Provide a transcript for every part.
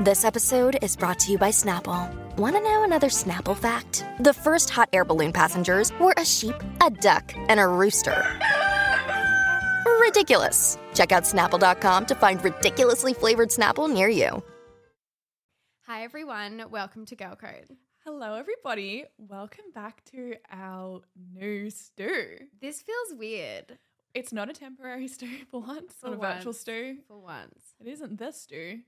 This episode is brought to you by Snapple. Want to know another Snapple fact? The first hot air balloon passengers were a sheep, a duck, and a rooster. Ridiculous. Check out snapple.com to find ridiculously flavored Snapple near you. Hi everyone, welcome to Girl Code. Hello, everybody. Welcome back to our new stew. This feels weird It's not a temporary stew for once, For not a virtual once. stew. for once, It isn't the stew,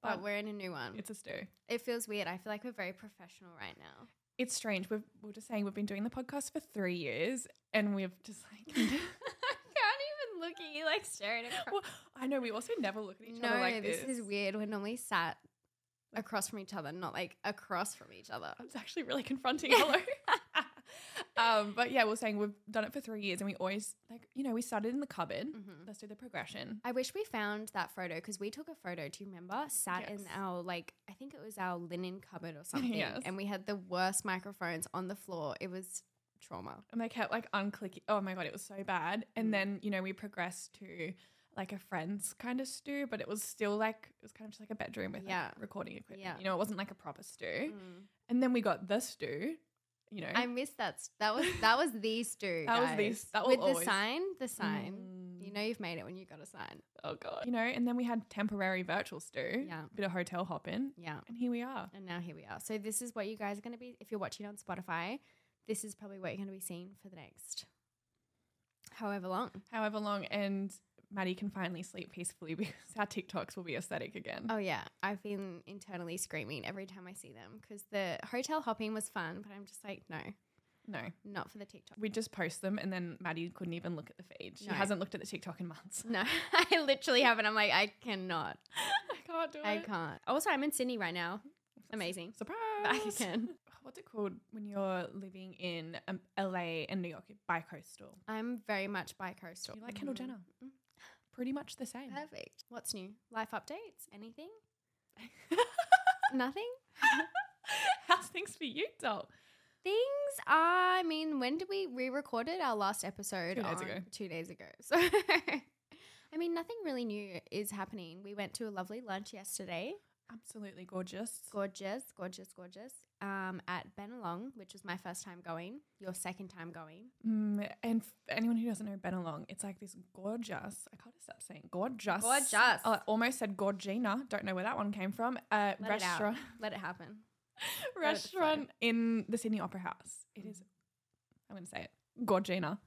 but but we're in a new one. it's a stew. it feels weird. I feel like we're very professional right now. It's strange. We've, we we're just saying we've been doing the podcast for three years, and we've just like. I can't even look at you like staring across. Well, I know we also never look at each no, other like this. this is weird. We're normally sat across from each other, not like across from each other. It's actually really confronting. Hello. um, but yeah, we we're saying we've done it for three years, and we always like you know we started in the cupboard. Mhm. Let's do the progression. I wish we found that photo because we took a photo. Do you remember? Sat in Yes. our like, I think it was our linen cupboard or something, Yes. and we had the worst microphones on the floor. It was trauma. and they kept like unclicking. Oh my god, it was so bad. Mm. And then you know we progressed to like a friend's kind of stew, but it was still like it was kind of just like a bedroom with like, Yeah. recording equipment. Yeah. Mm. You know, it wasn't like a proper stew. And then we got the stew. You know, I missed that. s- That was that was the stew. That was the guys. s- that will with the always- sign. The sign. You Mm. know you've made it when you got a sign. oh god, you know. And then we had temporary virtual stew. Yeah. bit of hotel hopping, Yeah. and here we are. And now here we are. So this is what you guys are going to be. If you're watching on Spotify, this is probably what you're going to be seeing for the next, however long. However long, and Maddie can finally sleep peacefully because our TikToks will be aesthetic again. Oh yeah, I've been internally screaming every time I see them because the hotel hopping was fun, but I'm just like, no, No, not for the TikTok. we just post them, and then Maddie couldn't even look at the feed. She No. hasn't looked at the TikTok in months. No, I literally haven't. I'm like, I cannot. I can't do it. I can't. Also, I'm in Sydney right now. Amazing. Surprise. I can. What's it called when you're living in um, LA and New York, bi-coastal? I'm very much bi-coastal. You're like Kendall Mhm. Jenner. Mm. Pretty much the same. Perfect. What's new? Life updates? Anything? Nothing? How's things for you, doll? Things are, I mean, when did we re record it? Our last episode? Two days on- ago. Two days ago. So, I mean, nothing really new is happening. We went to a lovely lunch yesterday. Absolutely gorgeous. Gorgeous, gorgeous, gorgeous. Um, at Benelong, which was my first time going, your second time going. Mm, and for anyone who doesn't know Benelong, it's like this gorgeous. I can't stop saying gorgeous. Gorgeous. I almost said Gorgina. Don't know where that one came from. Uh, Let it out. restaurant. Let it happen. Let it flow. restaurant in the Sydney Opera House. It is, I'm going to say it, Gorgina.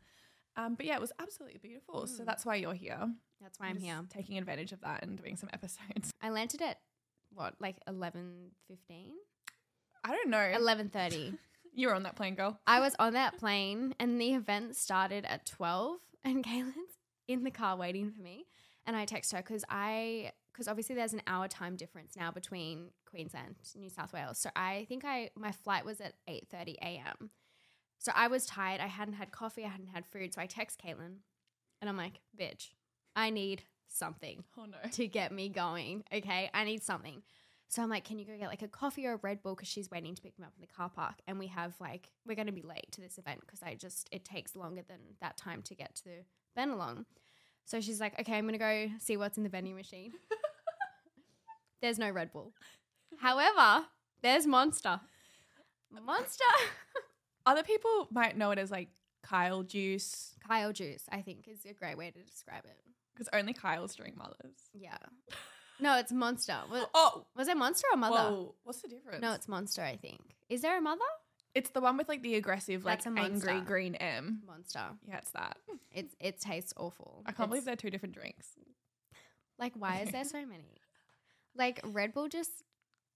Um, but yeah, it was absolutely beautiful. So Mm. that's why you're here. That's why I'm Just here. Taking advantage of that and doing some episodes. I landed at what, like eleven fifteen, I don't know. eleven thirty. you were on that plane, girl. I was on that plane and the event started at 12 and Kaylin's in the car waiting for me. And I text her because I, because obviously there's an hour time difference now between Queensland, New South Wales. So I think I, my flight was at 8.30 a.m. So I was tired. I hadn't had coffee. I hadn't had food. So I text Caitlin and I'm like, bitch, I need something Oh, no. to get me going. Okay, I need something. So I'm like, can you go get like a coffee or a Red Bull because she's waiting to pick me up in the car park, and we have like we're going to be late to this event because I just it takes longer than that time to get to Benelong. So she's like, okay, I'm going to go see what's in the vending machine. there's no Red Bull. However, there's Monster. Monster Other people might know it as like Kyle juice Kyle juice, I think, is a great way to describe it. because only Kyle's drink mothers. Yeah. No, it's Monster. Was, Oh, was it Monster or Mother? whoa. What's the difference? No, it's Monster, I think. Is there a mother? it's the one with like the aggressive, like That's a Monster. angry green M. Monster. Yeah, it's that. It's it tastes awful. I can't believe It's- they're two different drinks. Like, why is there so many? Like Red Bull just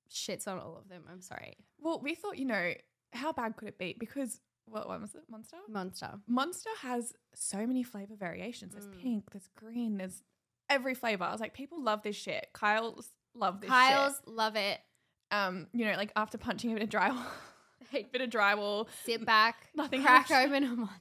shits on all of them. I'm sorry. Well, we thought, you know, how bad could it be? Because what one was it? Monster? Monster. Monster has so many flavor variations. There's Mm. pink, there's green, there's every flavor. I was like, people love this shit. Kyle's love this Kyle's shit. love it. um, you know, like after punching a bit of drywall, bit of drywall, Sit back, Nothing crack else. open a monster.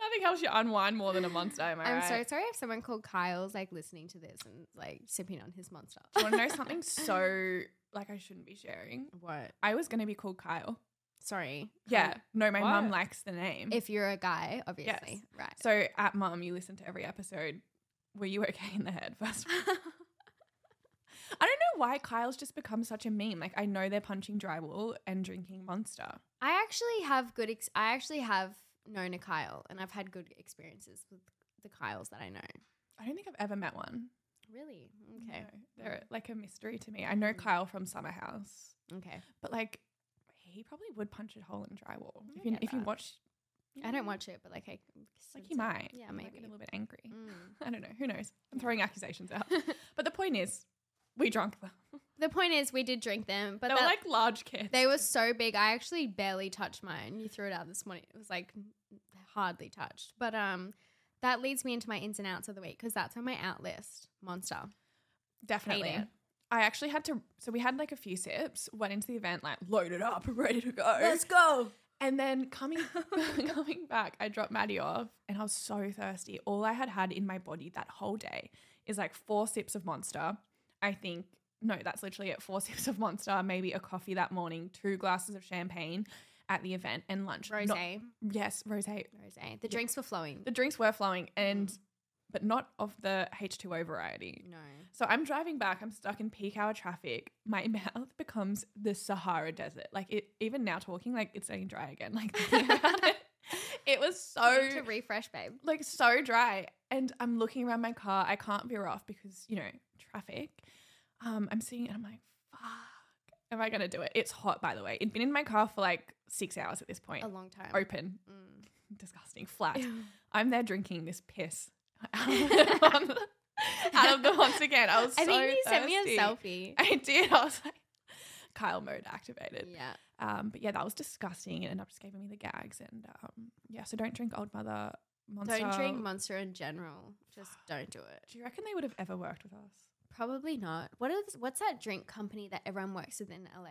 nothing helps you unwind more than a monster. Am I I'm right? so sorry if someone called Kyle's like listening to this and like sipping on his monster. Do you want to know something so like I shouldn't be sharing? What? I was gonna be called Kyle. Sorry. Yeah, no, my mum What? likes the name. If you're a guy, obviously. Right. so at mum, you listen to every episode. Were you okay in the head? First, of all? I don't know why Kyle's just become such a meme. Like I know they're punching drywall and drinking Monster. I actually have good. Ex- I actually have known a Kyle, and I've had good experiences with the Kyles that I know. I don't think I've ever met one. Really? No, Okay. Mm. they're like a mystery to me. I know Kyle from Summer House, Okay. but like he probably would punch a hole in drywall I if you get if you that. watch. I don't watch it, but like, I Mm. Like he might. Yeah, He might maybe. get a little bit angry. Mm. I don't know. Who knows? I'm throwing accusations out. But the point is, we drunk them. the point is, we did drink them, but they were that- like large kids. they were so big. I actually barely touched mine. You threw it out this morning. It was like hardly touched. But um, that leads me into my ins and outs of the week because that's on my out list. Monster. definitely. it. I actually had to. So we had like a few sips. Went into the event like loaded up, ready to go. go. And then coming coming back, I dropped Maddie off, and I was so thirsty. All I had had in my body that whole day is like four sips of Monster. I think no, that's literally it. Four sips of Monster, maybe a coffee that morning, two glasses of champagne at the event, and lunch. Rose. Not- yes, rose. Rose. The drinks were flowing. The drinks were flowing, and but not of the H2O variety. no. So I'm driving back. I'm stuck in peak hour traffic. My mouth becomes the Sahara Desert. Like it, even now talking, like it's getting dry again. Like thinking about it, it was so Need to refresh, babe. like so dry. And I'm looking around my car. I can't veer off because you know traffic. Um, I'm sitting and I'm like, fuck, am I gonna do it? It's hot, by the way. It'd been in my car for like six hours at this point. A long time. Open, Mm. disgusting, flat. Ew. I'm there drinking this piss out of the, mon- out of the once again. I was I so think you sent me thirsty. a selfie. I did. I was like, Kyle mode activated. Yeah. Um, but yeah, that was disgusting. It ended up just giving me the gags. And um, yeah, so don't drink Old Mother Monster. Don't drink Monster in general. Just don't do it. Do you reckon they would have ever worked with us? Probably not. What is what's that drink company that everyone works with in LA?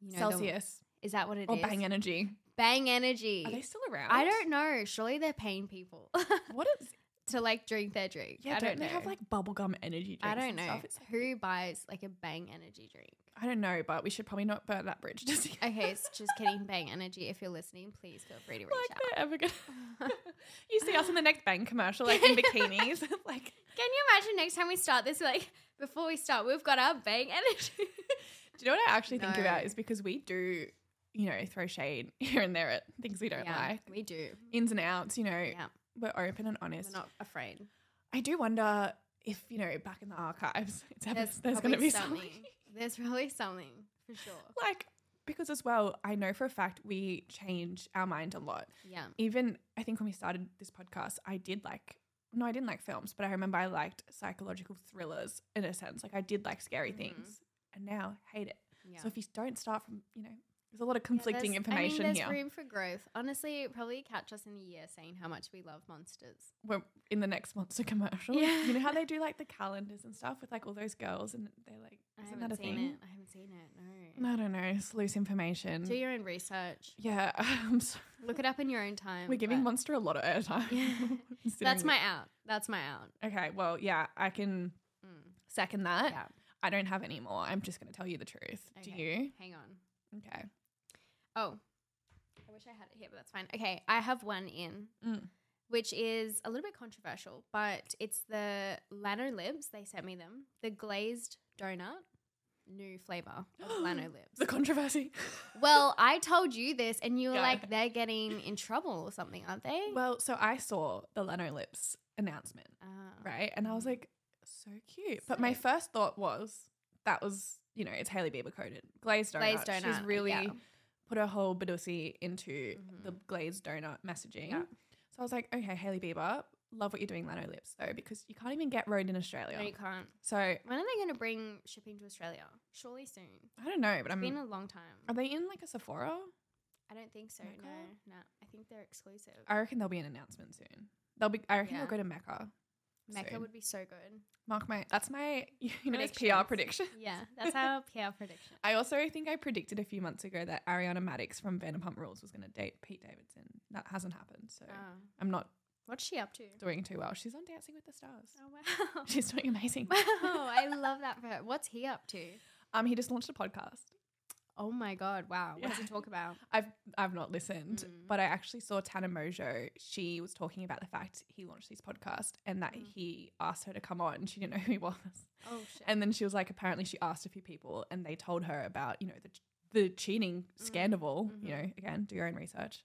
You the- Celsius is that what it is? or Bang Energy? Bang Energy. Are they still around? I don't know. Surely they're paying people What is? to like drink their drink. Yeah, I don't, don't, they know. have like bubblegum energy drinks? I don't and know stuff? It's like- who buys like a Bang Energy drink. I don't know, but we should probably not burn that bridge. Just yet. Okay, it's just kidding. Bang Energy. If you're listening, please feel free to reach like out. they're ever gonna. you see us in the next bank commercial, like in bikinis, like Can you imagine next time we start this? Like before we start, we've got our Bang Energy. Do you know what I actually think No. about is because we do, you know, throw shade here and there at things we don't yeah, like, we do. ins and outs. You know, Yeah. we're open and honest. We're not afraid. I do wonder if you know, back in the archives, it's ever, There's, there's, going to probably be something. There's really something for sure. like because as well, I know for a fact we change our mind a lot. Yeah. Even I think when we started this podcast, I did like. No, I didn't like films, but I remember I liked psychological thrillers in a sense. Like I did like scary Mhm. things, and now I hate it. Yeah. So if you don't start from, you know, there's a lot of Yeah, conflicting there's- I information mean, here. there's room for growth. Honestly, it probably catch us in a year saying how much we love monsters. We're in the next monster commercial. Yeah. You know how they do like the calendars and stuff with like all those girls, and they're like, I isn't haven't that a seen thing? it. I haven't seen it. No. I don't know. It's loose information. Do your own research. yeah, I'm so- Look it up in your own time. we're giving but- Monster a lot of airtime. Yeah. Considering That's we- my out. That's my out. Okay, well, yeah, I can Mm. second that. Yeah. I don't have any more. I'm just going to tell you the truth. Do Okay. you? Hang on. Okay. Oh, I wish I had it here, but that's fine. Okay, I have one in, Mm. which is a little bit controversial, but it's the Lano Libs. They sent me them. The glazed donut, new flavor of Lano The Libs. controversy. Well, I told you this, and you were Yeah. like, they're getting in trouble or something, aren't they? well, so I saw the Leno Lips announcement. Ah. right? And I was like, so cute. But my So- first thought was that was, you know, it's Hailey Bieber coded glazed donut. glazed donut. She's really yeah. put her whole Badussi into the Mhm. glazed donut messaging. Yeah. So I was like, okay, Hailey Bieber, love what you're doing, Lano Lips, though, because you can't even get road in Australia. No, you can't. So I When are they going to bring shipping to Australia? Surely soon. don't know, but It's I'm. been a long time. are they in like a Sephora? I don't think so. Mecca? No, no. I think they're exclusive. I reckon there'll be an announcement soon. They'll be. I reckon Yeah. they'll go to Mecca. Mecca soon. would be so good. Mark my that's my you know it's PR prediction. Yeah, that's our PR prediction. I also think I predicted a few months ago that Ariana Maddox from Vanderpump Rules was going to date Pete Davidson. That hasn't happened, so Oh. I'm not What's she up to? doing too well. She's on Dancing with the Stars. Oh wow. She's doing amazing. Wow, I love that for her. What's he up to? Um, he just launched a podcast. Oh my god, wow. What does he Yeah. talk about? I've I've not listened, Mm. but I actually saw Tana Mojo. She was talking about the fact he launched his podcast and that Mm. he asked her to come on. She didn't know who he was, Oh shit. and then she was like, apparently she asked a few people, and they told her about you know the the cheating scandal. Mhm. You know, again, do your own research.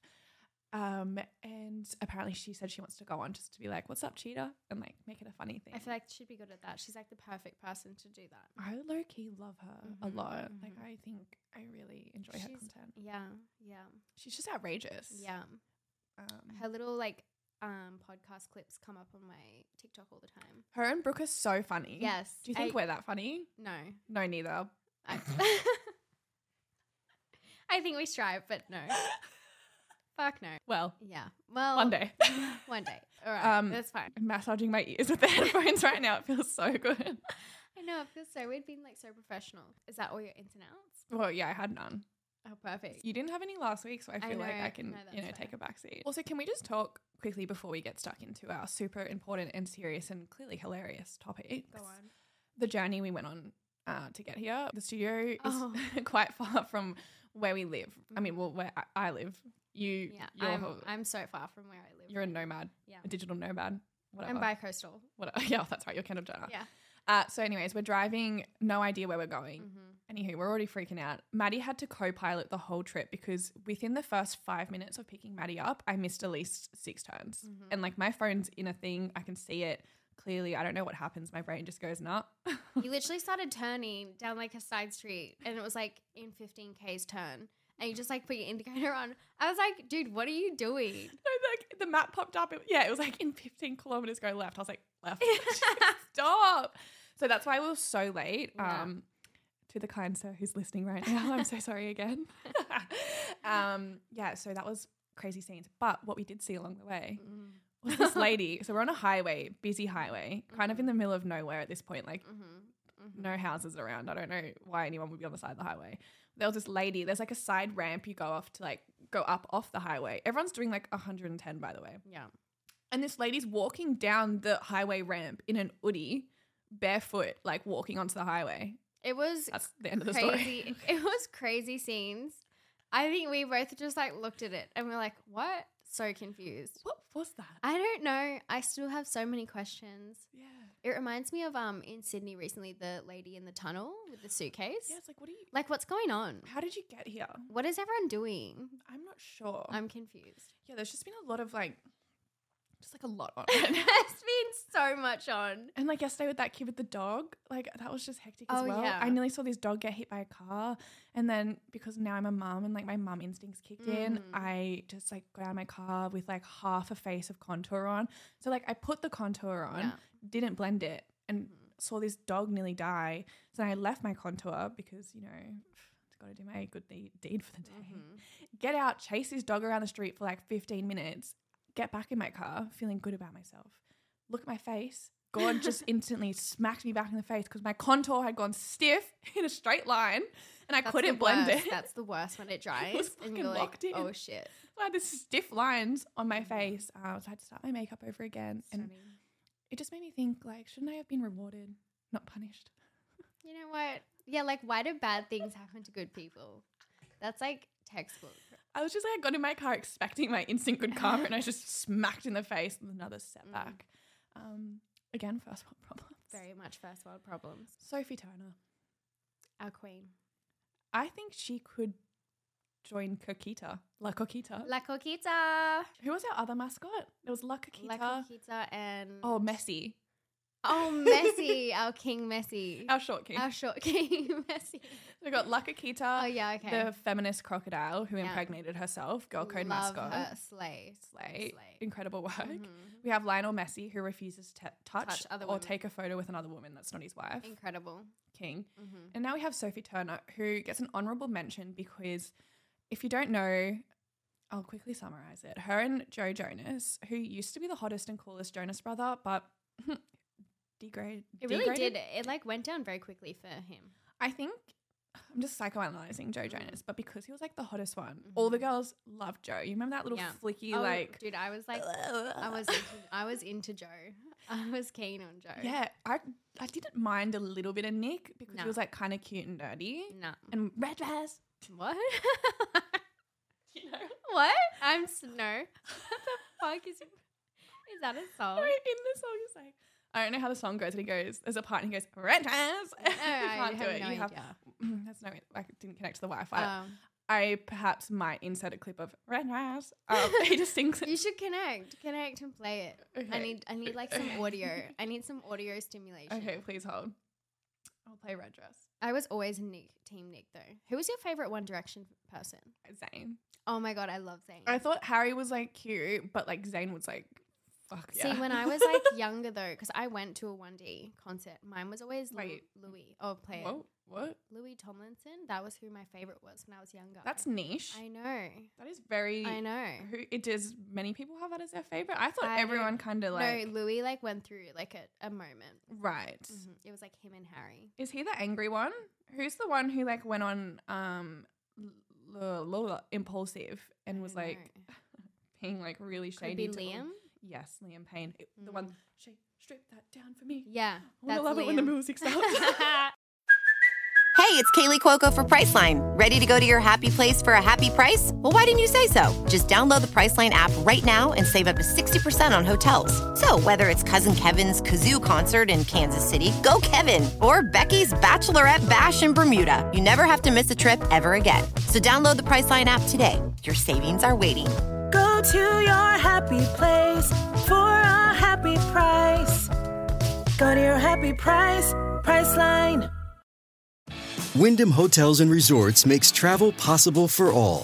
Um, and apparently she said she wants to go on just to be like, "What's up, cheater?" and like make it a funny thing. I feel like she'd be good at that. She's like the perfect person to do that. I low key love her Mhm, a lot. Like mhm. I think I really enjoy her She's- content. Yeah, yeah, She's just outrageous. yeah. Mm-hmm. Um, Her little like um podcast clips come up on my TikTok all the time. Her and Brooke are so funny. Yes. Do you think I- we're that funny? No, No, neither. I, I think we strive, but no. Fuck no. Well, Yeah. Well, one day. One day. All right. Um, that's fine. I'm massaging my ears with the headphones right now. It feels so good. I know. It feels so weird being like so professional. Is that all your ins and outs? Well, yeah, I had none. Oh, perfect. You didn't have any last week, so I I feel like know. I can, No, you know, that's take a fair. backseat. Also, can we just talk quickly before we get stuck into our super important and serious and clearly hilarious topic? Go on. The journey we went on uh, to get here. The studio is Oh. Mm. quite far from where we live. I mean, well, where I- I live. You, Yeah. you're, I'm, I'm so far from where I live. you're a nomad, yeah. a digital nomad. Whatever. I'm bi coastal. What, yeah, that's right. You're Kendall Jenner. Yeah. Uh, so, anyways, we're driving. No idea where we're going. Mm-hmm. Anywho, we're already freaking out. Maddie had to co-pilot the whole trip because within the first five minutes of picking Maddie up, I missed at least six turns. Mhm. And like my phone's in a thing, I can see it clearly. I don't know what happens. My brain just goes nut. You literally started turning down like a side street and it was like in 15K's turn. And you just like put your indicator on. I was like, dude, what are you doing? like the map popped up. It- yeah, it was like in 15 kilometers go left. I was like, left. Stop. So that's why we were so late. Yeah. Um, to the kind sir who's listening right now, I'm so sorry again. um, yeah, so that was crazy scenes. But what we did see along the way Mm-hmm. was this lady. So we're on a highway, busy highway, kind of in the middle of nowhere at this point. Like Mm-hmm. no houses around. I don't know why anyone would be on the side of the highway. There was this lady. There's like a side ramp you go off to like go up off the highway. Everyone's doing like 110 by the way. Yeah. And this lady's walking down the highway ramp in an hoodie, barefoot, like walking onto the highway. It was That's the end of the crazy. story. it was crazy scenes. I think we both just like looked at it and we're like, what? So confused. What was that? I don't know. I still have so many questions. Yeah. It reminds me of um in Sydney recently, the lady in the tunnel with the suitcase. Yeah, it's like, what are you? Like, what's going on? How did you get here? What is everyone doing? I'm not sure. I'm confused. yeah, there's just been a lot of like, just like a lot on There's it. been so much on. And like yesterday with that kid with the dog, like that was just hectic as Oh, well. yeah. I nearly saw this dog get hit by a car. And then because now I'm a mum and like my mum instincts kicked Mm. in, I just like got out of my car with like half a face of contour on. So like I put the contour on, Yeah. Mm-hmm. didn't blend it, and saw this dog nearly die. So then I left my contour because, you know, got to do my good de- deed for the day. Mm-hmm. Get out, chase this dog around the street for like 15 minutes, get back in my car feeling good about myself. Look at my face. God just instantly smacked me back in the face because my contour had gone stiff in a straight line and I That's the couldn't blend worst. it. That's the worst when it dries was and fucking you're like, locked in. oh shit. So I had these stiff lines on Mm. my face. Uh, so I had to start my makeup over again. And Stunning. it just made me think, like, shouldn't I have been rewarded, not punished? You know what? Yeah, like why do bad things happen to good people? That's like textbook. I was just like, I got in my car expecting my instant good karma, and I was just smacked in the face with Mm. another setback. Um, again, first world problems. Very much first world problems. Sophie Turner. Our queen. I think she could join Coquita, La Coquita. La Coquita. Who was our other mascot? It was La Coquita. La Coquita and oh, Messi, Oh, Messi, our king Messi. our short king. Our short king Messi. we got La Coquita, Oh yeah, okay. Uh, the feminist crocodile who Yeah. impregnated herself, girl code Love mascot. her. Slay. Slay. Slay. Incredible work. Mhm. We have Lionel Messi who refuses to t- touch, Touch other or women. take a photo with another woman that's not his wife. Mm-hmm. Incredible. King. Mm-hmm. And now we have Sophie Turner, who gets an honorable mention because if you don't know, I'll quickly summarize it. Her and Joe Jonas, who used to be the hottest and coolest Jonas brother, but degrade. It really degraded? did. It like went down very quickly for him. I think I'm just psychoanalyzing Joe Jonas, but because he was like the hottest one, all the girls loved Joe. You remember that little Mm-hmm. Yeah. flicky Oh, like dude, I was like, I was, into, I was into Joe. I was keen on Joe. Yeah, I I didn't mind a little bit of Nick because No. he was like kind of cute and nerdy Nah. and red dress. What? You know, what? I'm s- no. What the fuck is? Is that a song? in the song he's like, I don't know how the song goes, but he goes, there's a part and he goes red dress. No, you can't do Oh, have it. no you have idea. that's no, I didn't connect to the Wi-Fi. Um, I perhaps might insert a clip of red dress. Um, he just sings it. you should connect, connect and play it. I Okay. need, I need like some audio. I need some audio stimulation. Okay, please hold. I'll play red dress. I was always Nick, Team Nick though. Who was your favorite One Direction person? Zayn. Oh my god, I love Zayn. I thought Harry was like cute, but like Zayn was like, fuck yeah. See, when I was like younger though, because I went to a one D concert, mine was always Louis. Wait. Louis. Oh, play Whoa, it. what? Louis Tomlinson. That was who my favorite was when I was younger. That's niche. I know. that is very. I know. Who it does? Many people have that as their favorite. I thought I don't- everyone kind of like no, Louis like went through like a, a moment. right. Mhm. It was like him and Harry. Is he the angry one? Who's the one who like went on um l- l- l- impulsive and I was don't like know. being like really could shady? be to all- Liam. Mm. Yes, Liam Payne. It- The one she stripped that down for me. Yeah, I wanna love it when the Liam. music stops. Hey, it's Kaylee Cuoco for Priceline. Ready to go to your happy place for a happy price? Well, why didn't you say so? Just download the Priceline app right now and save up to 60% on hotels. So, whether it's Cousin Kevin's Kazoo concert in Kansas City, go Kevin, or Becky's Bachelorette Bash in Bermuda, you never have to miss a trip ever again. So, download the Priceline app today. Your savings are waiting. Go to your happy place for a happy price. Go to your happy price, Priceline. Wyndham Hotels and Resorts makes travel possible for all.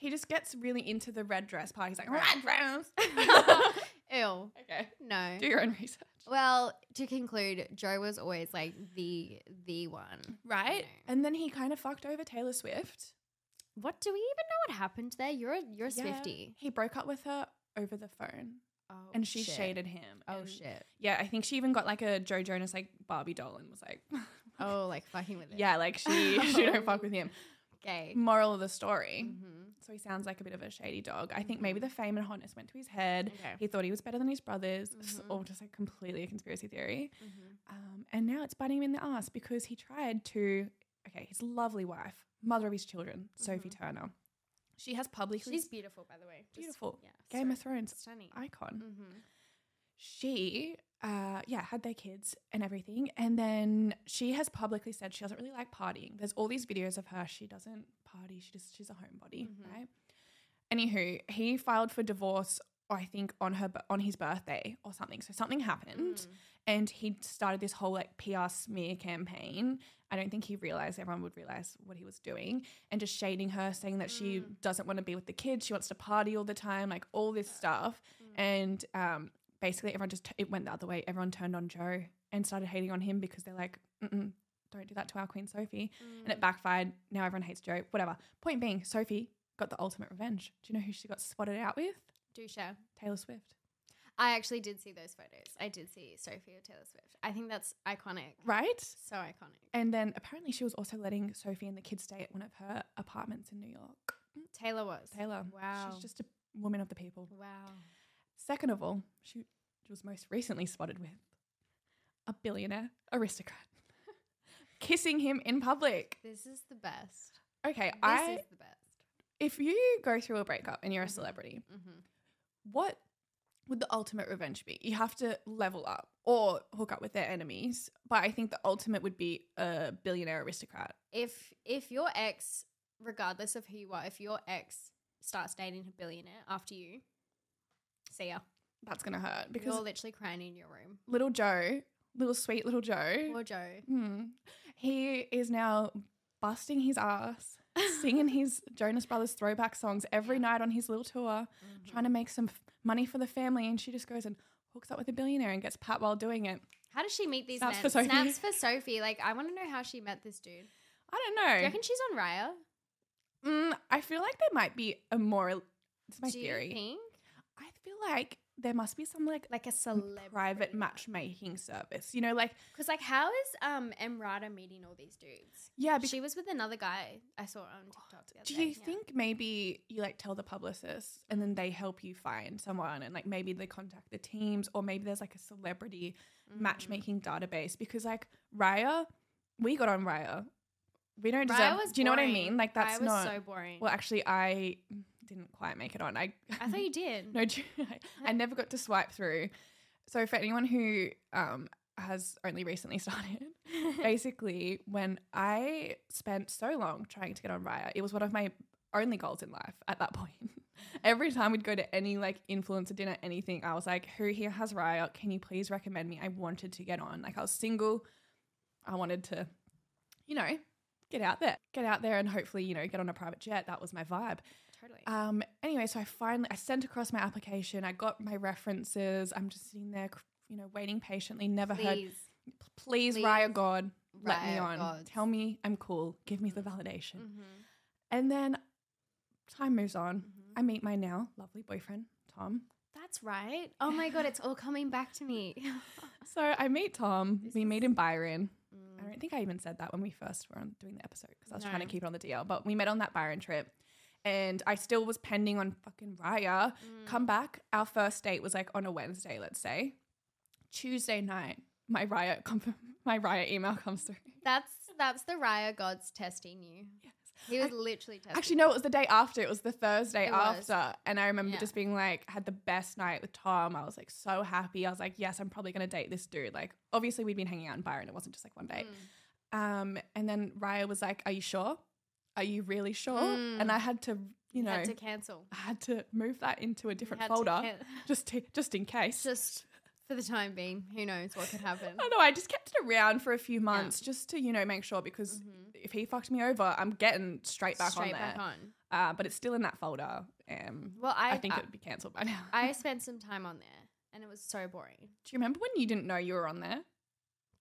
he just gets really into the red dress part. He's like red Right. dress. Ew. okay, No. do your own research. Well, to conclude, Joe was always like the the one. Right, know. and then he kind of fucked over Taylor Swift. What do we even know what happened there? You're a- you're a Yeah. Swifty. He broke up with her over the phone, Oh, and she shit. shaded him. Oh and- shit. Yeah, I think she even got like a Joe Jonas like Barbie doll and was like, Oh, like fucking with it. yeah, like she she don't fuck with him. Okay. Moral of the story. Mhm. So he sounds like a bit of a shady dog. I think maybe the fame and hotness went to his head. Okay. Mm-hmm. He thought he was better than his brothers, It's all just like completely a conspiracy theory. Um, and now it's biting him in the ass because he tried to. Okay, his lovely wife, mother of his children, Sophie Turner. She has publicly Mm-hmm. She's beautiful, by the way. Just- beautiful yeah. Game of sorry. Thrones Stunning. icon. Mhm. she uh yeah had their kids and everything and then she has publicly said she doesn't really like partying there's all these videos of her she doesn't party she just she's a homebody right anywho he filed for divorce i think on her on his birthday or something so something happened and he started this whole like pr smear campaign i don't think he realized everyone would realize what he was doing and just shading her saying that she doesn't want to be with the kids she wants to party all the time like all this stuff and um basically everyone just it went the other way. Everyone turned on Joe and started hating on him because they're like, Mm-mm, "Don't do that to our Queen Sophie," and it backfired. Now everyone hates Joe. Whatever. Point being, Sophie got the ultimate revenge. Do you know who she got spotted out with? Do share. Taylor Swift. I actually did see those photos. I did see Sophie or Taylor Swift. I think that's iconic. Right. So iconic. And then apparently she was also letting Sophie and the kids stay at one of her apartments in New York. Taylor was. Taylor. Wow. She's just a woman of the people. Wow. Second of all, she was most recently spotted with a billionaire aristocrat kissing him in public. This is the best. Okay, This I is the best. if you go through a breakup and you're a celebrity, Mm-hmm. what would the ultimate revenge be? You have to level up or hook up with their enemies, but I think the ultimate would be a billionaire aristocrat. if if your ex, regardless of who you are, if your ex starts dating a billionaire after you, see ya. that's gonna hurt Because because you're literally crying in your room. little Joe, little sweet little Joe, Poor Joe. hmm, he is now busting his ass, singing his Jonas Brothers throwback songs every night on his little tour, Mm-hmm. trying to make some f- money for the family. And she just goes and hooks up with a billionaire and gets pat while doing it. How does she meet these Snaps men? for Sophie. Snaps for Sophie. Like, I want to know how she met this dude. I don't Do you know. reckon she's on Raya? Mm, I feel like there might be a more. It's my Do theory. you think? I feel like there must be some like Like a m- celebrity. private matchmaking service. You know, like Because, like, how is um Emrata meeting all these dudes? yeah. Because She was with another guy I saw on TikTok. The other do day. you Yeah. think maybe you like tell the publicist and then they help you find someone and like maybe they contact the teams or maybe there's like a celebrity Mm. matchmaking database because like Raya, we got on Raya. We don't deserve. Raya was do you know what I boring. mean? Like that's Raya was not. so boring. well, actually, I didn't quite make it on. I I thought you did. No, ju- I- I never got to swipe through. So for anyone who um, has only recently started, basically when I spent so long trying to get on Raya, it was one of my only goals in life at that point. Every time we'd go to any like influencer dinner, anything, I was like, "Who here has Raya? Can you please recommend me?" I wanted to get on. Like I was single, I wanted to, you know, get out there, get out there, and hopefully, you know, get on a private jet. That was my vibe. Totally. Um, anyway, so I finally I sent across my application. I got my references. I'm just sitting there, cr- you know, waiting patiently. Never heard. Please. Please, please, Raya God, let me Raya on. gods." Tell me I'm cool. Give me the validation. Mhm. And then time moves on. Mm-hmm. I meet my now lovely boyfriend Tom. That's right. Oh my god, it's all coming back to me. So I meet Tom. we meet in Byron. I don't think I even said that when we first were on doing the episode because I was trying to No. keep it on the DL. But we met on that Byron trip, and I still was pending on fucking Raya. Come back. Our first date was like on a Wednesday, let's say. Tuesday night, my Raya com- my Raya email comes through. that's that's the Raya gods testing you. He was literally testing. Actually, no, it was the day after. It was the Thursday It was. after. And I remember Yeah. just being like, had the best night with Tom. I was like so happy. I was like, yes, I'm probably going to date this dude. Like, obviously, we'd been hanging out in Byron. It wasn't just like one day. Hmm. Um, and then Raya was like, are you sure? Are you really sure? And I had to, you Hmm. you know, had to cancel. I had to move that into a different had to folder can- just to, just in case. Just for the time being, who knows what could happen. I don't know. I just kept it around for a few months just to, you know, make sure because if he fucked me over, I'm getting straight back Mm-hmm. Straight on there. back on. Uh, but it's still in that folder. Um, Well, I, I think I, it'd be cancelled by now. I spent some time on there, and it was so boring. Do you remember when you didn't know you were on there?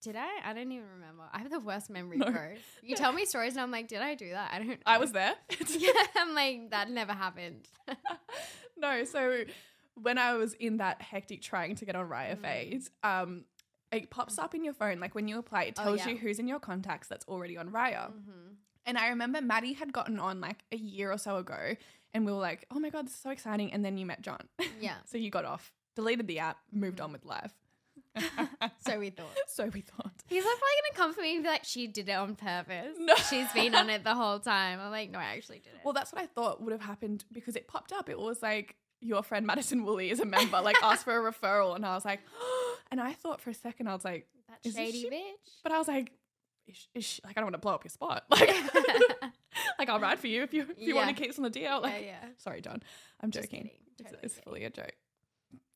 Did I? I don't even remember. I have the worst memory, No. bro. You tell me stories, and I'm like, did I do that? I don't. I was there. yeah, I'm like that never happened. no, so when I was in that hectic trying to get on Raya phase, um, it pops up in your phone. Like when you apply, it Oh, tells yeah. you who's in your contacts that's already on Raya. Mhm. And I remember Maddie had gotten on like a year or so ago, and we were like, oh my God, this is so exciting. And then you met John. Yeah, so you got off, deleted the app, moved on with life. so we thought. so we thought. He's like probably gonna come for me and be like, she did it on purpose. No. She's been on it the whole time. I'm like, no, I actually did it. Well, that's what I thought would have happened because it popped up. It was like, your friend Madison Woolley is a member, like asked for a referral. And I was like, and I thought for a second, I was like, that is this shady she- bitch. but I was like, is she, is she- like, I don't want to blow up your spot. Like, like I'll ride for you if you, if Yeah. you want to keep on the DL. Like, yeah, yeah. sorry, John, I'm Just joking. kidding. It's, Totally it's kidding. fully a joke.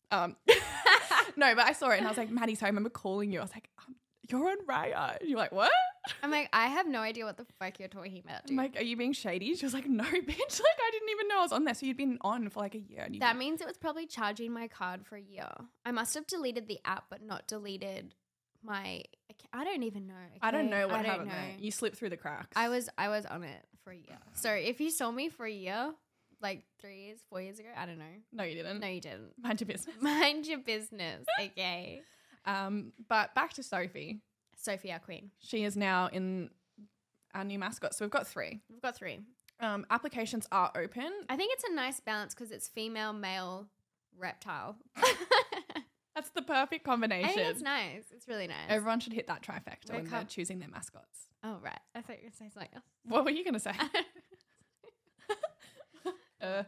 Um, no, but I saw it and I was like, Maddie, so I remember calling you. I was like, um, you're on Raya. And you're like, what? I'm like, I have no idea what the fuck you're talking about, I'm dude. like, are you being shady? She was like, no, bitch. Like, I didn't even know I was on there. So you'd been on for like a year. And you that didn't- means it was probably charging my card for a year. I must have deleted the app, but not deleted my. acc- I don't even know. I don't okay? know what I don't happened know. there. You slipped through the cracks. I was I was on it for a year. So if you saw me for a year, like three years, four years ago, I don't know. No, you didn't. No, you didn't. Mind your business. Mind your business, okay? Um, but back to Sophie. Sophie, our queen. She is now in our new mascot. So we've got three. We've got three. Um, applications are open. I think it's a nice balance because it's female, male, reptile. That's the perfect I combination. think it's nice. It's really nice. Everyone should hit that trifecta We're when they're com- choosing their mascots. oh right, I thought you were saying something else. What were you going to say? uh,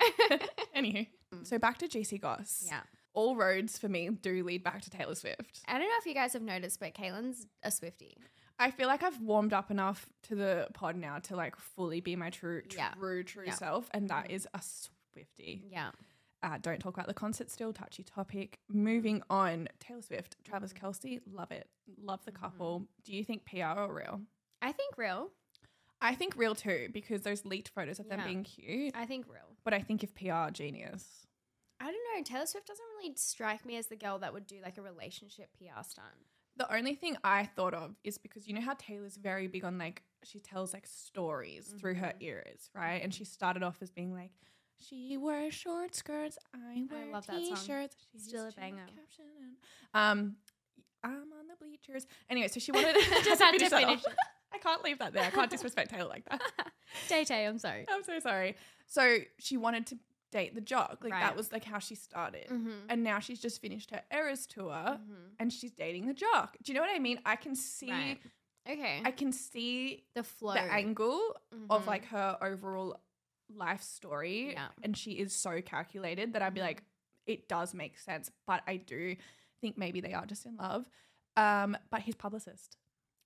anywho, so back to GC Goss. Mm. Yeah. All roads for me do lead back to Taylor Swift. I don't know if you guys have noticed, but Kaylin's a Swifty. I feel like I've warmed up enough to the pod now to like fully be my true, Yeah. true, true Yeah. self, and that is a Swifty. Yeah. Uh, don't talk about the concert still, touchy topic. Moving on, Taylor Swift, Mm. Travis Kelsey, love it. Love Mm-hmm. the couple. Do you think PR or real? I think real. I think real too, because those leaked photos of them Yeah. being cute. I think real. but I think if PR, genius. I don't know. Taylor Swift doesn't really strike me as the girl that would do like a relationship PR stunt. The only thing I thought of is because you know how Taylor's very big on like she tells like stories through her Mm-hmm. eras, right? And she started off as being like, she wears short skirts, I wear love that song. t-shirts. She's Still a just banger. caption and- Um, I'm on the bleachers. Anyway, so she wanted Just had to that finish off. I can't leave that there. I can't disrespect Taylor like that. Tay Tay, I'm sorry. I'm so sorry. So she wanted to date the jock. Like that Right. was like how she started. Mhm. And now she's just finished her Eras tour Uh, Mm-hmm. and she's dating the jock. Do you know what I mean? I can see Right. Okay. I can see the flow. the angle Mhm. of like her overall life story. Yeah. Mm-hmm. And she is so calculated that I'd be like, it does make sense. But I do think maybe they are just in love. Um, but his publicist.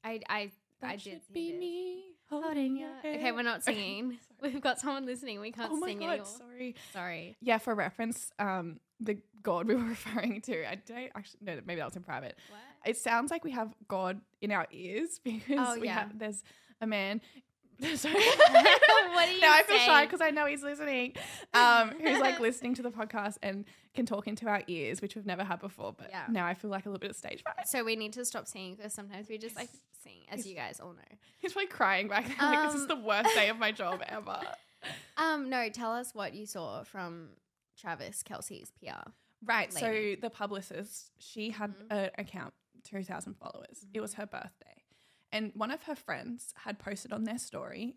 I I I That did should see be this. me Holding holding ya. Oh, your Okay, hand. we're not Okay, singing. sorry. We've got someone listening. We can't Oh my sing god, anymore. sorry. Sorry. Yeah, for reference, um, the God we were referring to, I don't actually no, maybe that was in private. What? It sounds like we have God in our ears because Oh, we yeah. have there's a man. Sorry. What are you now I feel shy saying? because I know he's listening. Um, who's like listening to the podcast and can talk into our ears, which we've never had before. But Yeah. now I feel like a little bit of stage fright. So we need to stop singing because sometimes we just like sing, as you guys all know. He's probably crying back there, like this is Um, the worst day of my job ever. Um, no, tell us what you saw from Travis Kelsey's PR. Right. lady. So the publicist, she had an account, 2,000 followers. It was her birthday. And one of her friends had posted on their story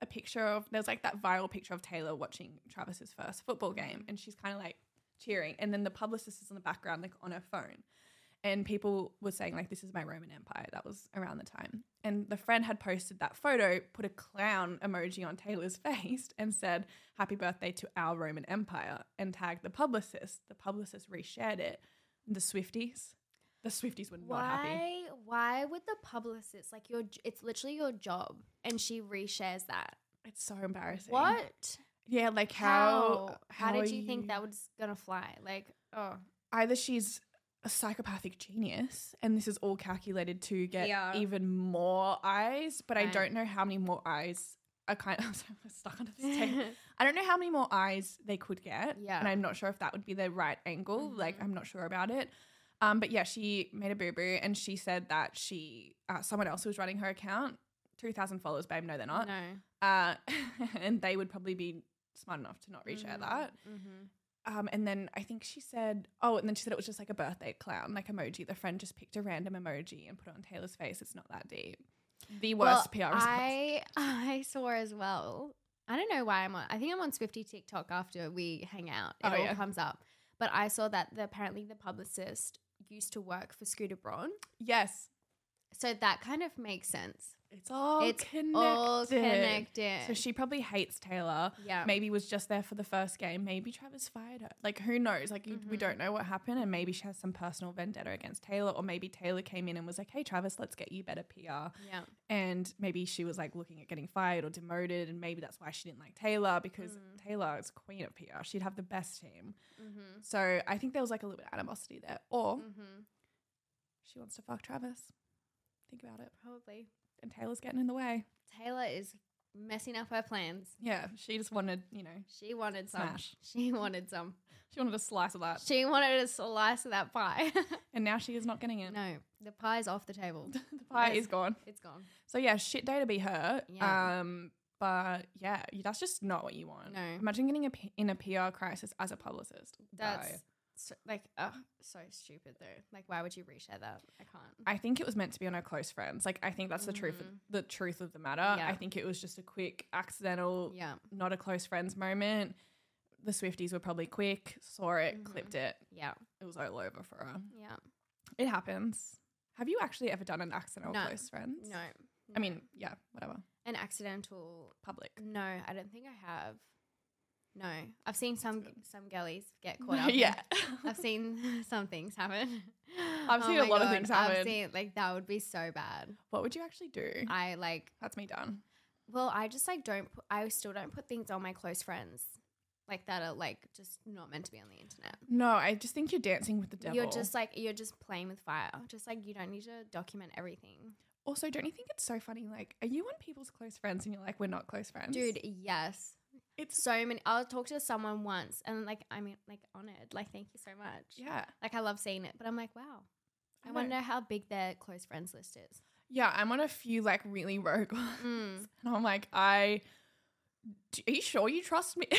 a picture of, there's like that viral picture of Taylor watching Travis's first football game. And she's kind of like cheering. And then the publicist is in the background, like on her phone. And people were saying, like, this is my Roman Empire. That was around the time. And the friend had posted that photo, put a clown emoji on Taylor's face, and said, Happy birthday to our Roman Empire, and tagged the publicist. The publicist reshared it. The Swifties. The Swifties were not happy. Why? Why would the publicist like your? j- It's literally your job, and she reshares that. It's so embarrassing. What? Yeah, like how? How, are did you, think that was gonna fly? Like, oh, Either she's a psychopathic genius, and this is all calculated to get Yeah. even more eyes, but I Right. don't know how many more eyes. I kind of I'm sorry, I'm stuck under this table. I don't know how many more eyes they could get. Yeah. Mm-hmm. And I'm not sure if that would be the right angle. Like, I'm not sure about it. Um, but yeah, she made a boo boo and she said that she, uh, someone else was running her account. 2,000 followers, babe. No, they're not. no. Uh, and they would probably be smart enough to not reshare that. Mm-hmm. Um, and then I think she said, oh, and then she said it was just like a birthday clown, like emoji. The friend just picked a random emoji and put it on Taylor's face. It's not that deep. The worst PR response. I I saw as well. I don't know why I'm on. I think I'm on Swifty TikTok after we hang out. It Oh, all yeah. comes up. But I saw that the, apparently the publicist used to work for Scooter Braun, yes. so that kind of makes sense. It's all it's connected. all connected. So she probably hates Taylor. Yeah. Maybe was just there for the first game. Maybe Travis fired her. Like who knows? Like you, we Mm-hmm. don't know what happened, and maybe she has some personal vendetta against Taylor, or maybe Taylor came in and was like, "Hey Travis, let's get you better PR." Yeah. And maybe she was like looking at getting fired or demoted, and maybe that's why she didn't like Taylor because Mm. Taylor is queen of PR. She'd have the best team. Mm-hmm. So I think there was like a little bit of animosity there, or Mm-hmm. she wants to fuck Travis. Think about it. Probably And Taylor's getting in the way. Taylor is messing up her plans. Yeah, she just wanted, you know, She wanted some. Smash. She wanted some. She wanted a slice of that. She wanted a slice of that pie. And now she is not getting it. no, the pie's off the table. The pie Yes. is gone. It's gone. So yeah, shit day to be her. Yeah. Um, but yeah, you- that's just not what you want. No. Imagine getting a, P- in a PR crisis as a publicist. That's No. so, like ugh, so stupid though. Like why would you reshare that? I can't. I think it was meant to be on her close friends. Like I think that's the truth. Mhm. The truth of the matter. Yeah. I think it was just a quick accidental, yeah. not a close friends moment. The Swifties were probably quick, saw it, Mhm. clipped it. Yeah. It was all over for her. Yeah. It happens. Have you actually ever done an accidental No. close friends? No. Mm. I mean, yeah, whatever. an accidental Public. No, I don't think I have. No. I've seen some some girlies get caught up. in- yeah. I've seen some things happen. Oh I've seen a my lot of things I've happen. seen like that would be so bad. what would you actually do? I like That's me done. well, I just like don't pu- I still don't put things on my close friends. like that are like just not meant to be on the internet. No, I just think you're dancing with the devil. You're just like you're just playing with fire. Just like you don't need to document everything. also, don't you think it's so funny? Like, are you on people's close friends and you're like, we're not close friends? Dude, yes. it's So many I'll talk to someone once and like I mean like honored. Like thank you so much. yeah, Like I love seeing it, but I'm like, wow. I, I know. wonder how big their close friends list is. yeah. I'm on a few like really rogue ones, Mm. and I'm like, I. d- Are you sure you trust me? Yeah,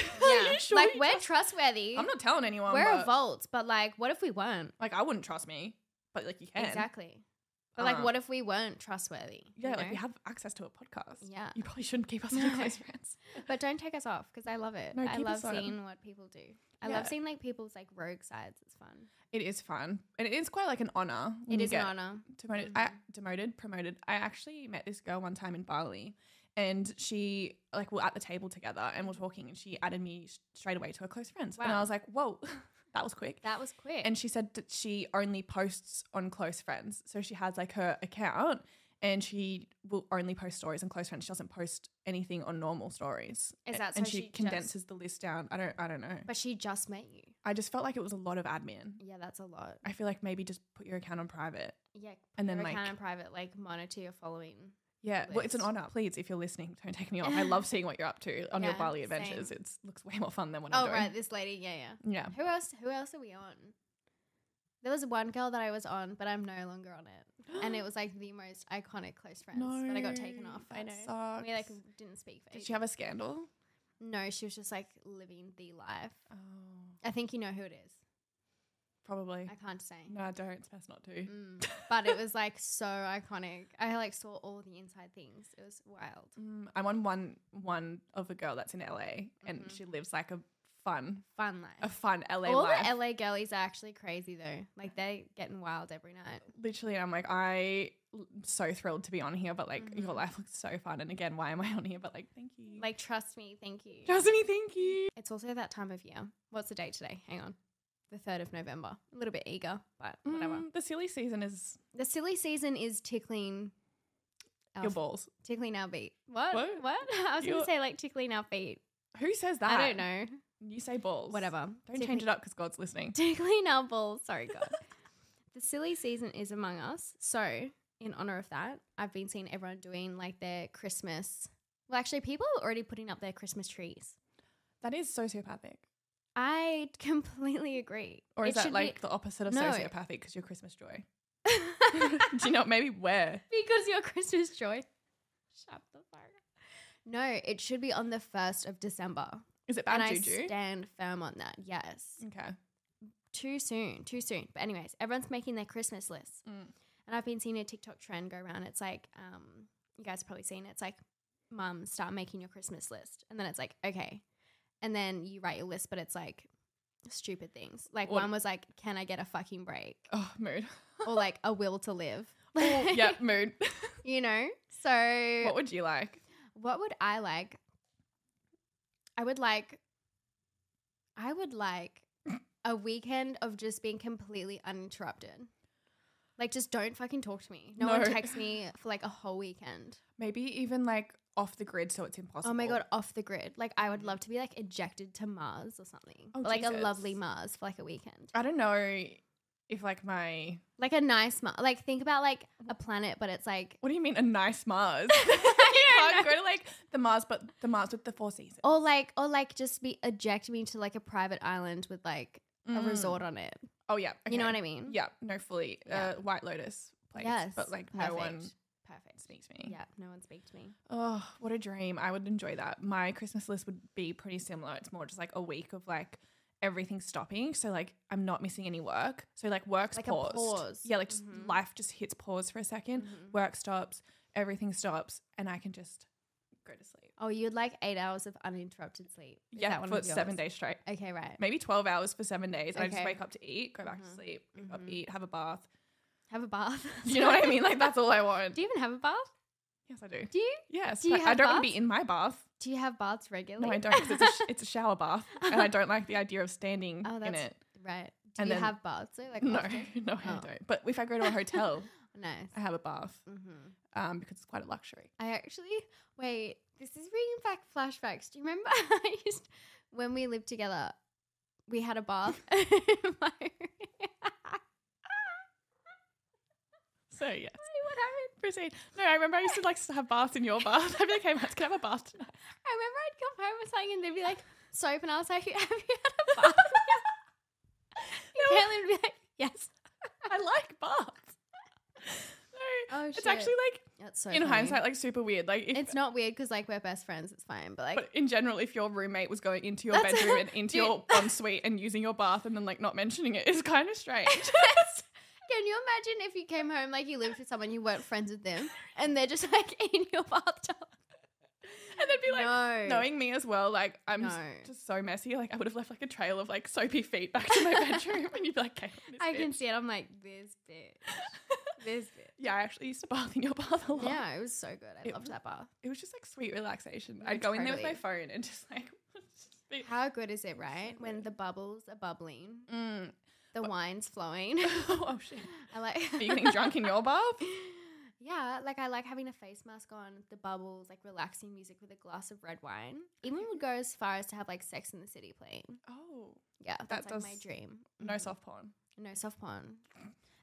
Yeah. like we're trustworthy. I'm not telling anyone. we're but- a vault, but like what if we weren't? Like, I wouldn't trust me, but like you can. Exactly. But like Uh. what if we weren't trustworthy? Yeah, you like we know? have access to a podcast. Yeah. you probably shouldn't keep us as your No. close friends. But don't take us off because I love it. No, I keep love us on. seeing what people do. I Yeah. love seeing like people's like rogue sides. It's fun. It is fun, and it is quite like an honor. when it you is an get honor. Mm. demoted, Mm-hmm. I, demoted, promoted. I actually met this girl one time in Bali, and she like we're at the table together and we're talking, and she added me s- straight away to her close friends, and I Wow. was like, whoa, that was quick. That was quick. and she said that she only posts on close friends, so she has like her account. And she will only post stories on close friends. She doesn't post anything on normal stories. Is A- that and so she, she just- condenses the list down. I don't. I don't know. but Mm. she just met you. I just felt like it was a lot of admin. Yeah, that's a lot. I feel like maybe just put your account on private. Yeah, put And then, your like- account in private, like monitor your following. Yeah, well, it's an List. honor. Please, if you're listening, don't take me off. I love seeing what you're up to on your Yeah, Bali same. adventures. It looks way more fun than what I'm Oh doing. right, this lady. Yeah, yeah. Yeah, Who else? Who else are we on? There was one girl that I was on, but I'm no longer on it, and it was like the most iconic close friends. but I got taken No, off. that We like sucks. didn't speak. For Did ages. she have a scandal? No, she was just like living the life. Oh, I think you know who it is. probably. I can't say. No, I don't. It's best not to. Mm. But it was like so iconic. I like saw all the inside things. It was wild. Mm, I'm on one one of a girl that's in LA, and she lives like a fun, Fun a life. fun LA Mm-hmm. all life. the LA girlies are actually crazy though. Like they're getting wild every night. Literally, I'm like, I am so thrilled to be on here, but like, your life looks so fun. And again, why am I on here? But like, thank you. Mm-hmm. Like trust me, thank you. Jasmine, thank you. It's also that time of year. What's the date today? Hang on. The 3rd of November. A little bit eager, but whatever. Mm, the silly season is The silly season is tickling our your f- balls. Tickling our beat. What? What? What? I was going Your- to say like tickling our feet. Who says that? I don't know. You say balls. Whatever. Don't change it up because God's listening. Tickling our balls. Sorry, God. the silly season is among us. So, in honor of that, I've been seeing everyone doing like their Christmas. Well, actually, people are already putting up their Christmas trees. That is sociopathic. I completely agree. Or is It that should like be- the opposite of No. sociopathic because you're Christmas joy? Do you know maybe where? because your Christmas joy? Shut the fuck. up. No, it should be on the first of December, Is it and bad I juju? stand firm on that. Yes. okay. too soon, too soon. But anyways, everyone's making their Christmas lists, Mm. and I've been seeing a TikTok trend go around. It's like, um, you guys have probably seen it. It's like, mum, start making your Christmas list, and then it's like, okay, and then you write your list, but it's like stupid things. Like What- one was like, can I get a fucking break, Oh, mood. or like a will to live. Oh, yeah, mood. you know. So what would you like? what would I like? I would like I would like a weekend of just being completely uninterrupted. Like just don't fucking talk to me. No, No. one texts me for like a whole weekend. Maybe even like off the grid so it's impossible. Oh my god, off the grid. Like I would love to be like ejected to Mars or something. Oh, or like a Jesus. lovely Mars for like a weekend. I don't know if like my. Like a nice Mars. Like think about like a planet but it's like What do you mean a nice Mars? you can't go to like the Mars, but the Mars with the four seasons. or like or like just be eject me to like a private island with like Mm. a resort on it. Oh yeah, You know okay. what I mean? Yeah, no, fully. Yeah. Uh, White Lotus place. Yes. But like no one Perfect. speaks to me. Yeah, no one speak to me. Oh, what a dream. I would enjoy that. My Christmas list would be pretty similar. It's more just like a week of like everything stopping. So like I'm not missing any work. So like work's Like a paused. pause. Mm-hmm. Yeah, like just life just hits pause for a 2nd Work stops, everything stops, and I can just go to sleep. Oh, you'd like eight hours of uninterrupted sleep. Is yeah, that one for of yours? seven days straight. Okay, right. Maybe 12 hours for seven days. And I just Okay. Mm-hmm. wake up to eat, go back to sleep, wake up, eat, have a bath. Have a bath. You know what I mean? Like that's all I want. Do you even have a bath? yes, I do. Do you? Yes. do you but I have don't want to baths? be in my bath. Do you have baths regularly? No, I don't. 'cause it's, a sh- it's a shower bath, and I don't like the idea of standing Oh, in that's it. right. Do And you then- have baths? though, Like No, often? no, I Oh. don't. But if I go to a hotel, Nice. I have a bath Mhm. um, because it's quite a luxury. I actually wait. This is bringing back flashbacks. Do you remember I used when we lived together, we had a bath. My- So yes. what happened? Proceed. No, I remember I used to like to have baths in your bath. I'd be like, hey, Matt, can I have a bath tonight? I remember I'd come home or something and they'd be like, soap. And I was like, have you had a bath? And Caitlin would be like, yes. I like baths. No, Oh, it's shit. actually like That's so in funny. hindsight, like super weird. Like if, it's not weird because like we're best friends. It's fine. But like, But in general, if your roommate was going into your That's- bedroom and into Dude. your ensuite and using your bath and then like not mentioning it is kind of strange. Can you imagine if you came home like you lived with someone you weren't friends with them and they're just like in your bathtub? and they'd be like, No. knowing me as well, like I'm s- No. just so messy. Like I would have left like a trail of like soapy feet back to my bedroom, and you'd be like, okay, I can see it. I'm like this bitch, this bitch. Yeah, I actually used to bath in your bath a lot. Yeah, it was so good. I It loved that bath. it was just like sweet relaxation. No, I'd go in there with my totally. phone and just like. just be- How good is it, right? When the bubbles are bubbling, Mm. the wine's flowing. oh shit! I like. Are you getting drunk in your bath? Yeah, like I like having a face mask on, the bubbles, like relaxing music with a glass of red wine. Even would go as far as to have like Sex in the City playing. Oh, Yeah, That that's like my does- dream. no Mhm. soft porn. No soft porn.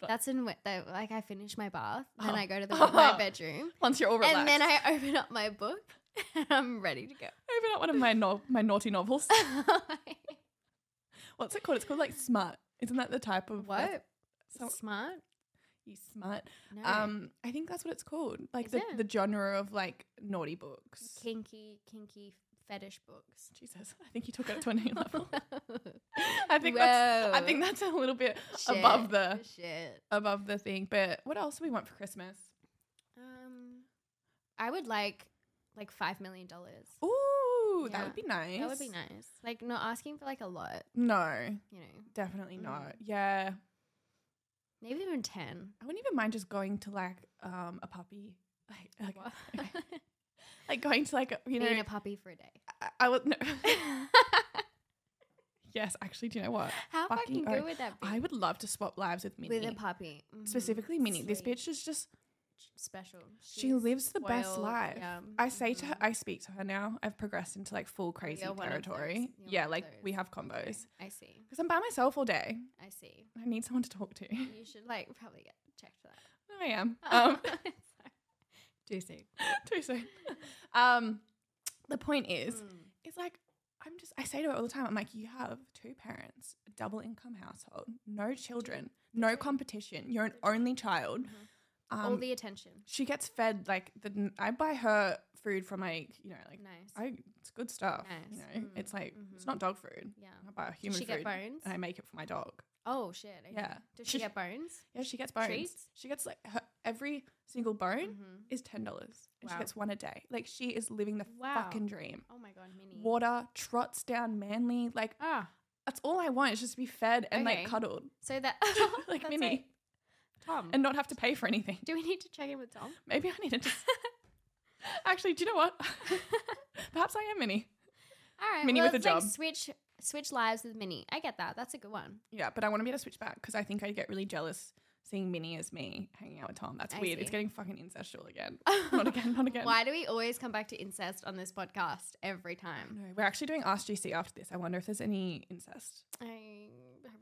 But- That's in wh- that, like I finish my bath, then I go to the Oh. my bedroom, Once you're all relaxed, and then I open up my book, and I'm ready to go. open up one of my no- my naughty novels. What's it called? It's called like smut. Isn't that the type of like, what? so- Smart? you smut? No. Um, I think that's what it's called. Like Is the, it? the genre of like naughty books. kinky, kinky fetish books. Jesus, I think you took it to a new level. I think that's I Whoa. think that's a little bit Shit, above the shit. above the thing. But what else do we want for Christmas? Um, I would like like five million dollars. Ooh, Yeah. that would be nice. That would be nice. Like not asking for like a lot, No, you know, definitely Mm. not. Yeah, maybe even ten. I wouldn't even mind just going to like um a puppy, like like, What? like going to like you know Being a puppy for a day. I, I would no. yes, actually, do you know what? How fucking, oath. good would that be? I would love to swap lives with Minnie. with a puppy. Mhm. Specifically, Minnie. This Sweet. bitch is just special. she lives the best spoiled, life. yeah. I say to her, Mhm. I speak to her now. I've progressed into like full crazy You're one of territory. those. You're Yeah, one of like we those. have Okay, combos I see. because I'm by myself all day. I see. I need someone to talk to. No, You should like probably get checked for that. I am. Um, Too soon. too soon. Um, the point is, Hmm. it's like I'm just I say to her all the time. I'm like, you have two parents, a double income household, no children, no competition. You're an only child. Mm-hmm. All Um, the attention. she gets fed like the I buy her food from like you know like Nice. I it's good stuff. You Nice. know, Mm, it's like it's mhm. not dog food. Yeah. I buy her human she food get bones? and I make it for my dog. oh shit. okay. Yeah. Does she get bones? Yeah, she gets bones. Treats? She gets like her every single bone Mhm. is ten dollars, and she Wow. gets one a day. Like she is living the Wow. fucking dream. Oh my god, Minnie. Water trots down manly. Like Ah. that's all I want is just to be fed and Okay. like cuddled, So that like that's Minnie, it. Tom. and not have to pay for anything. do we need to check in with Tom? Maybe I need to just. Actually, do you know what? Perhaps I am Minnie. All right. Minnie well, with it's a like job. switch switch lives with Minnie. I get that. That's a good one. Yeah, but I want to be able to switch back because I think I get really jealous seeing Minnie as me hanging out with Tom. That's I weird. It's see. getting fucking incestual again. not again. Not again. Why do we always come back to incest on this podcast every time? No, we're actually doing Ask GC after this. I wonder if there's any incest. I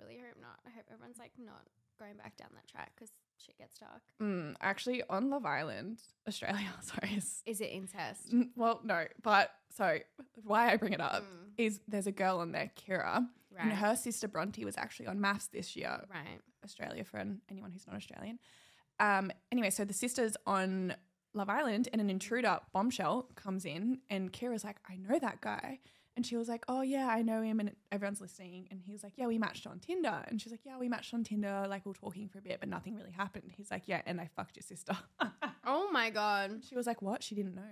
really hope not. I hope everyone's like not going back down that track because shit gets dark. Mm, actually, on Love Island, Australia, sorry, is Is it incest? Mm, Well, no, but so why I bring it up Mm. is there's a girl on there, Kira, and Right. her sister Bronte was actually on maths this year, Right. Australia for an, anyone who's not Australian. Um, anyway, so the sister's on Love Island, and an intruder, Bombshell, comes in, and Kira's like, I know that guy. And she was like, Oh, yeah, I know him. And everyone's listening. And he was like, Yeah, we matched on Tinder. And she's like, Yeah, we matched on Tinder. Like, we were talking for a bit, but nothing really happened. He's like, Yeah, and I fucked your sister. Oh my god. She was like, "What?" She didn't know.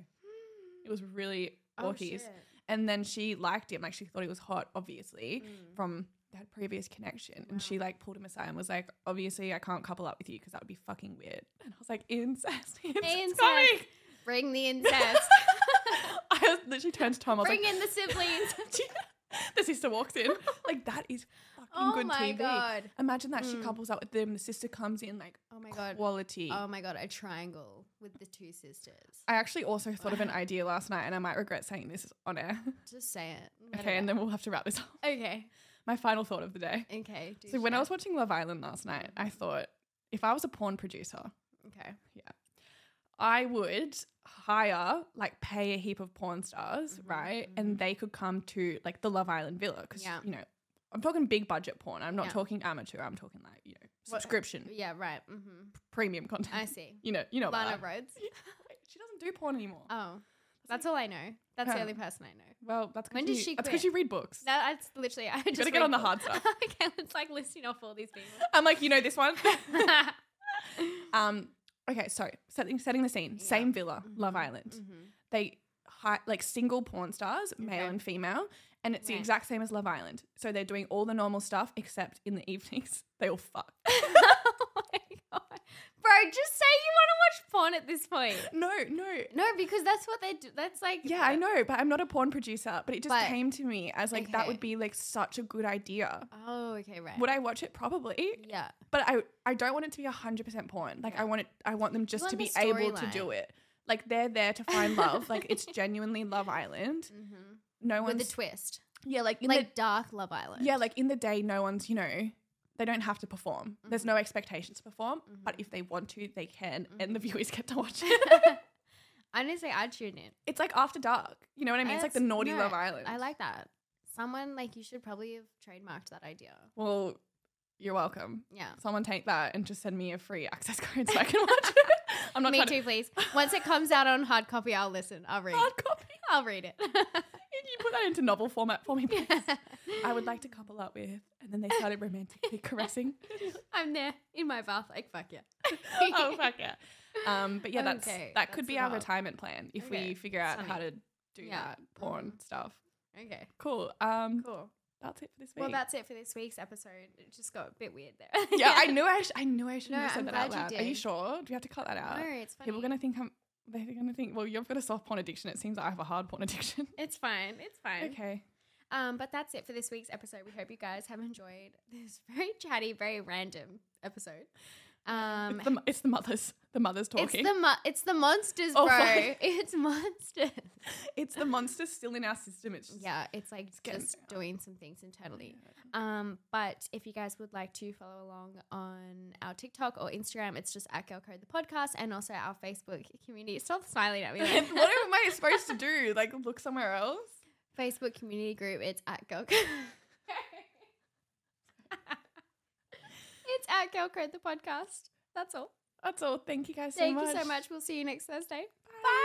It was really Oh, orkies. shit. and then she liked him. Like she thought he was hot, obviously, Mm. from that previous connection. And she like pulled him aside and was like, "Obviously, I can't couple up with you because that would be fucking weird." And I was like, "Incest, incest, Incest. coming." Bring the incest. I was literally turned to Tom. I was Bring like, in the siblings. Do you- the sister walks in. Like that is fucking Oh good my TV. God. Mm. Imagine that she couples up with them. The sister comes in like Oh my God. quality. Oh my god, a triangle with the two sisters. I actually also thought of an idea last night, and I might regret saying this on air. Just say it. Let okay, it and out. then we'll have to wrap this up. okay, My final thought of the day. okay. do So when I share. was watching Love Island last night, I thought if I was a porn producer, okay, I would hire like pay a heap of porn stars, Mm-hmm. right? And they could come to like the Love Island villa because Yeah. you know I'm talking big budget porn. I'm not Yeah. uh, talking amateur. I'm talking like you know subscription yeah, right. Mm-hmm. premium content. I see. You know, you know about Lana that. Rhodes. She doesn't do porn anymore. Oh, that's all I know. That's the Huh. only person I know. well, that's 'cause When did you- she That's because quit? you read books. That- That's literally I just gotta get read on the books. hard stuff. okay, it's like listing off all these people. Oh I'm like, you know this one. um. Okay, so setting setting the scene. Same villa, Mm-hmm. Love Island. They hi- like single porn stars, male and female, and it's the Right. exact same as Love Island. So they're doing all the normal stuff except in the evenings they all fuck. oh my god, bro! Just say you want to watch porn at this point. no, no. No, because that's what they do. That's like Yeah, I know, but I'm not a porn producer. But it just But- came to me as like that Okay. would be like such a good idea. Oh, okay, right. Would I watch it? Probably. Yeah. But I I don't want it to be hundred percent porn. Like I want it I want them just want to be the able to storyline. do it. Like they're there to find love. Like it's genuinely Love Island. Mm-hmm. No With one's a twist, yeah like in like Dark Love the Island. yeah like in the day no one's you know they don't have to perform. Mm-hmm. There's no expectation to perform. But if they want to, they can, and the Mm-hmm. viewers get to watch it. Honestly, I'd tune in. it's like after dark. You know what I mean? It's like the That's- naughty no, Love Island. I like that. Someone like you should probably have trademarked that idea. Well, you're welcome. Yeah. Someone take that and just send me a free access code so I can watch it. I'm not Me trying too, to please. Once it comes out on hard copy, I'll listen. I'll read. hard copy. I'll read it. Can you put that into novel format for me, please? I would like to couple up with. And then they started romantically caressing. I'm there in my bath, like fuck yeah. oh, fuck yeah. Um, but yeah, that's Okay, that could that's be our about- retirement plan if we Okay, figure out how sunny. to do Yeah. that porn stuff. Okay, Cool. Um, cool. That's it for this week. Well, that's it for this week's episode. It just got a bit weird there. yeah, I knew I, sh- I knew I shouldn't No, have said I'm that out glad loud. you Are you did. sure? Do we have to cut that out? No, it's People are funny. gonna think I'm. They're gonna think. Well, you've got a soft porn addiction. It seems I have a hard porn addiction. It's fine. It's fine. Okay. Um, but that's it for this week's episode. We hope you guys have enjoyed this very chatty, very random episode. Um, It's the, it's the mothers. The mothers it's talking. the mo- it's the monsters, Oh, bro. fuck. it's monsters. it's the monster still in our system. It's just, Yeah, it's like getting just there. doing some things internally. Um, but if you guys would like to follow along on our TikTok or Instagram, it's just at Girl Code the podcast, and also our Facebook community. Stop smiling at me. what like- am I supposed to do? Like look somewhere else? Facebook community group. It's at Girl Code. it's at Girl Code the podcast. That's all. That's all. Thank you guys Thank so much. you so much. We'll see you next Thursday. Bye.